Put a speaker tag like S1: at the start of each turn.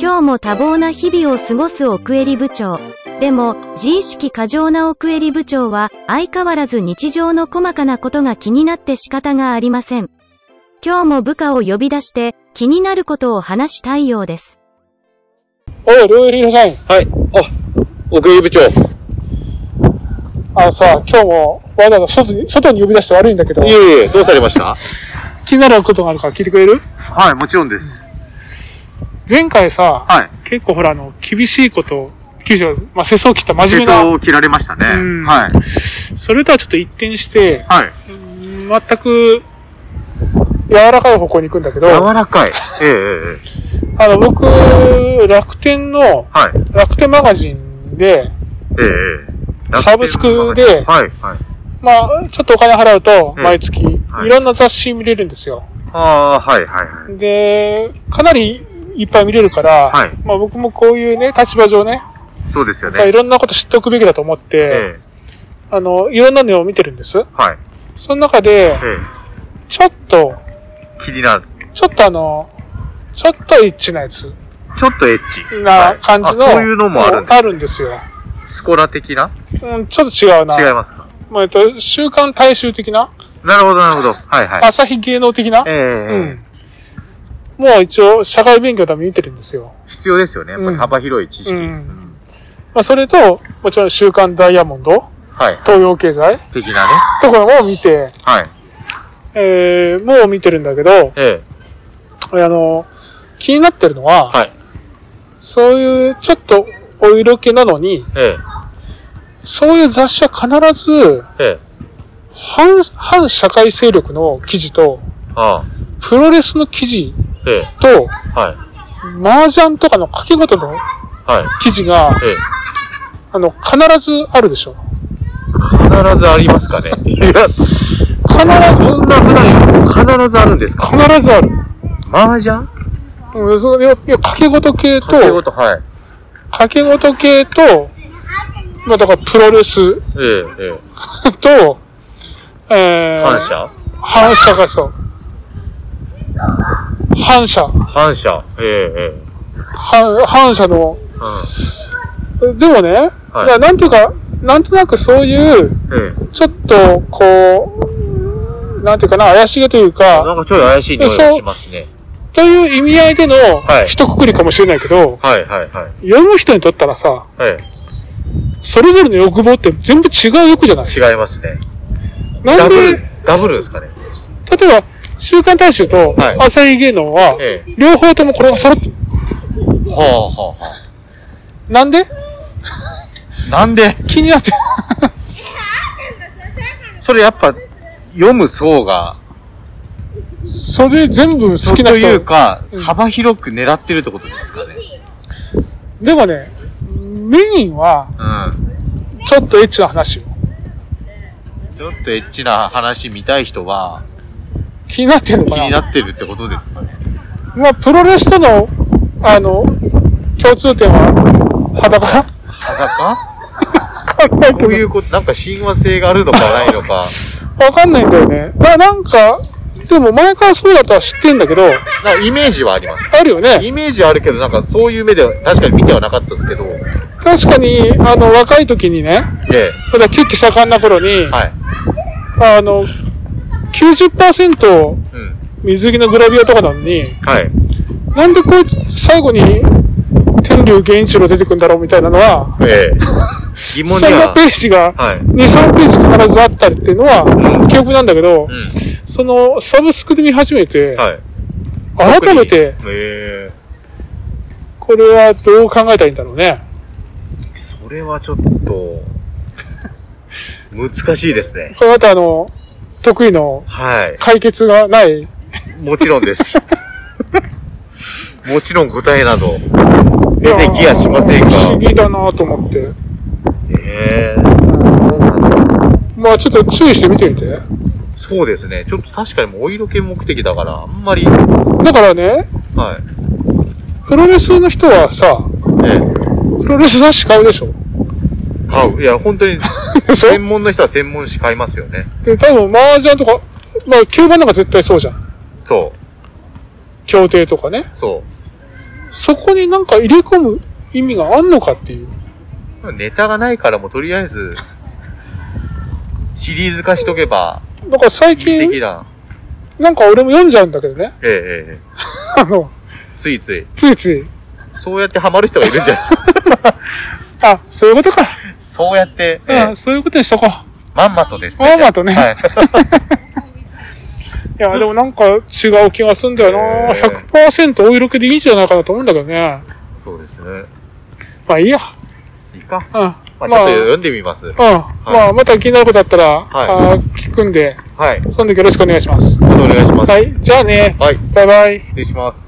S1: 今日も多忙な日々を過ごす奥襟部長。でも、自意識過剰な奥襟部長は、相変わらず日常の細かなことが気になって仕方がありません。今日も部下を呼び出して、気になることを話したいようです。
S2: おい、両襟の社員。
S3: はい。あ、奥入部長。い
S2: あのさ、今日もわざわざ外に、外に呼び出して悪いんだけど、
S3: えいえ、どうされました
S2: 気になることがあるから聞いてくれる
S3: はい、もちろんです。
S2: 前回さ、
S3: はい。
S2: 結構ほら、あの、厳しいこと、記事を、まあ、世相を切った真面目な、
S3: を切られましたね
S2: うん
S3: はい。
S2: それとはちょっと一転して、
S3: はい。
S2: 全く、柔らかい方向に行くんだけど、あ
S3: 柔らかい。ええええええ。
S2: の、僕、楽天の、
S3: はい。
S2: 楽天マガジンで、
S3: ええええ。
S2: サブスクで
S3: はい。はい。
S2: まあ、ちょっとお金払うと、
S3: うん
S2: 毎月、
S3: はい
S2: いろんな雑誌見れるんですよ。
S3: ああ、はい、はい、はい。
S2: で、かなりいっぱい見れるから、
S3: はい
S2: まあ僕もこういうね、立場上ね、
S3: そうですよ
S2: まあい
S3: ね。
S2: ろんなこと知っておくべきだと思って、
S3: ええ。
S2: あの、いろんなのを見てるんです。
S3: はい。
S2: その中で、
S3: え
S2: ちょっと、
S3: え。気になる。
S2: ちょっとあの、ちょっとエッチなやつ
S3: ちょっとエッチ。は
S2: ない感じの、
S3: あそういうのもあるんです
S2: あるんですよ。
S3: スコラ的な
S2: うん、ちょっと違うな。
S3: 違いますか
S2: まあ、えっと、週刊大衆的な、
S3: なるほど、なるほど。はい、はい。
S2: 朝日芸能的な、
S3: えええ
S2: う
S3: ええ
S2: ん。もう一応、社会勉強のために見てるんですよ。
S3: え。必要ですよね。やっぱ
S2: うん
S3: り幅広い知識。
S2: うん
S3: うん
S2: まあ、それと、もちろん週刊ダイヤモンド、
S3: はい。
S2: 東洋経済
S3: 的なね。
S2: とかも見て、
S3: はい。
S2: えー、もう見てるんだけど、
S3: ええ。
S2: あの、気になってるのは、
S3: はい。
S2: そういうちょっとお色気なのに、
S3: ええ。
S2: そういう雑誌は必ず
S3: ええ。
S2: 反、反社会勢力の記事と、
S3: ああ。
S2: プロレスの記事
S3: ええ。
S2: と、
S3: はい。
S2: 麻雀とかの掛け事の
S3: はい。
S2: 記事が、
S3: ええ。
S2: あの、必ずあるでしょ。
S3: 必ずありますかね。いや、
S2: 必ず、
S3: そんな普段必ずあるんですか
S2: 必ずある。
S3: 麻雀
S2: うん、そういや、いや掛け事系
S3: という
S2: と
S3: こ、と、はい。
S2: 掛け事系と、まあ、だからプロレス
S3: ええ、え
S2: と、
S3: え。
S2: えー、
S3: 反射
S2: 反射がそう。反射。
S3: 反射。ええ、ええ。
S2: 反反射の。
S3: う
S2: でもね、
S3: はい
S2: いやなんていうか、なんとなくそういう、
S3: ん。え
S2: ちょっと、こう、なんていうかな、怪しげという
S3: え。な
S2: か、
S3: んかちょい怪しい匂いがしますね。
S2: という意味合いでの
S3: い
S2: 一括りかもしれないけど、
S3: はい、はい、はい。
S2: 読む人にとったらさ、
S3: え
S2: それぞれの欲望って全部違う欲じゃない
S3: え。違いますね。
S2: な
S3: ダ
S2: ん
S3: ブ
S2: で、
S3: ル、ダブルですかね。
S2: 例えば、週刊大衆と
S3: はい
S2: 朝日芸能は、
S3: ええ。
S2: 両方ともこれが揃ってる。
S3: はあ、はあ、は
S2: なんで
S3: あ。なんで
S2: 気にな って。
S3: それやっぱ、読む層が、
S2: それ全部好きな
S3: と
S2: 人。
S3: いうか
S2: うん、
S3: 幅広く狙ってるってことですかね。
S2: でもね、メインは、
S3: うん。
S2: ちょっとエッチな話よ。
S3: ちょっとエッチな話見たい人は、
S2: 気になってるの
S3: 気
S2: かな
S3: になってるってことです かね。
S2: まあ、プロレスとの、あの、共通点は、裸
S3: 裸
S2: わかんないけ
S3: こ
S2: ど
S3: ういうこと、なんか親和性があるのかないのか。
S2: わかんないんだよね。まあ、なんか、でも前からそうだとは知ってんだけど、
S3: なんかイメージはあります。
S2: あるよね。
S3: イメージはあるけど、なんかそういう目では確かに見てはなかったですけど。
S2: 確かに、あの、若い時にね、
S3: え
S2: まだ血気盛んな頃に、
S3: え。はい。
S2: あの、90%
S3: うん。
S2: 水着のグラビアとかなのに、
S3: はい。
S2: なんでこう、最後に、天竜源一郎出てくんだろうみたいなのは、
S3: ええ。疑問に
S2: 最後
S3: は
S2: ペ。ージが、
S3: はい。
S2: 2、3ページ必ずあったりっていうの
S3: う
S2: は、
S3: ん
S2: 記憶なんだけど、
S3: う
S2: その、サブスクで見始めて、
S3: ん。はい。
S2: 改めて、
S3: 特に。え
S2: これはどう考えたらいいんだろうね。
S3: え。それはちょっ と、難しいですね。
S2: これまたあの、得意の
S3: はい。
S2: 解決がない。
S3: もちろんです。もちろん答えなど出てきやしませんが
S2: 不。思議だなと思って。
S3: ええそうなんだ。
S2: まあちょっと注意して見てみて。だ
S3: そうですね。ちょっと確かにもうお色気目的だから、あんまり、
S2: からね、
S3: はい。
S2: プロレスの人はさ、
S3: ええ。
S2: ププロレス雑誌買うでしょ
S3: 買う。いや、本当 に、
S2: でしょ
S3: 専門の人は専門誌買いますよね。
S2: で、多分、麻雀とか、まあ、9番なんか絶対そうじゃん。
S3: そ
S2: 協定とかね。
S3: う、そ
S2: そこになんか入れ込む意味があんのかっていう。
S3: う。ネタがないからもうとりあえず、シリーズ化しとけば、
S2: だから最近
S3: 的、な。
S2: なんか俺も読んじゃうんだけどね。
S3: えええええ
S2: あの、
S3: え。ついつい。
S2: ついつい。
S3: そうやってハマる人がいるんじゃないですか。
S2: あ、そういうことか。
S3: そうやって、ええ
S2: うん、そういうことにしとこう。
S3: まんまとですね。
S2: まんまとね
S3: は い。
S2: いや、でもなんか違う気がすんだよな。
S3: えー
S2: 100%お色気でいいんじゃないかなと思うんだけどね。
S3: そうですね。
S2: まあいいや。
S3: いいか。
S2: うん。ま
S3: まあ、ちょっと読んでみます。
S2: うん。まあ、また気になることあったら、あー聞くんで、
S3: はい。
S2: その時よろしくお願いします。
S3: またお願いします。
S2: はい。じゃあね。
S3: はい。
S2: バイバイ。
S3: 失礼します。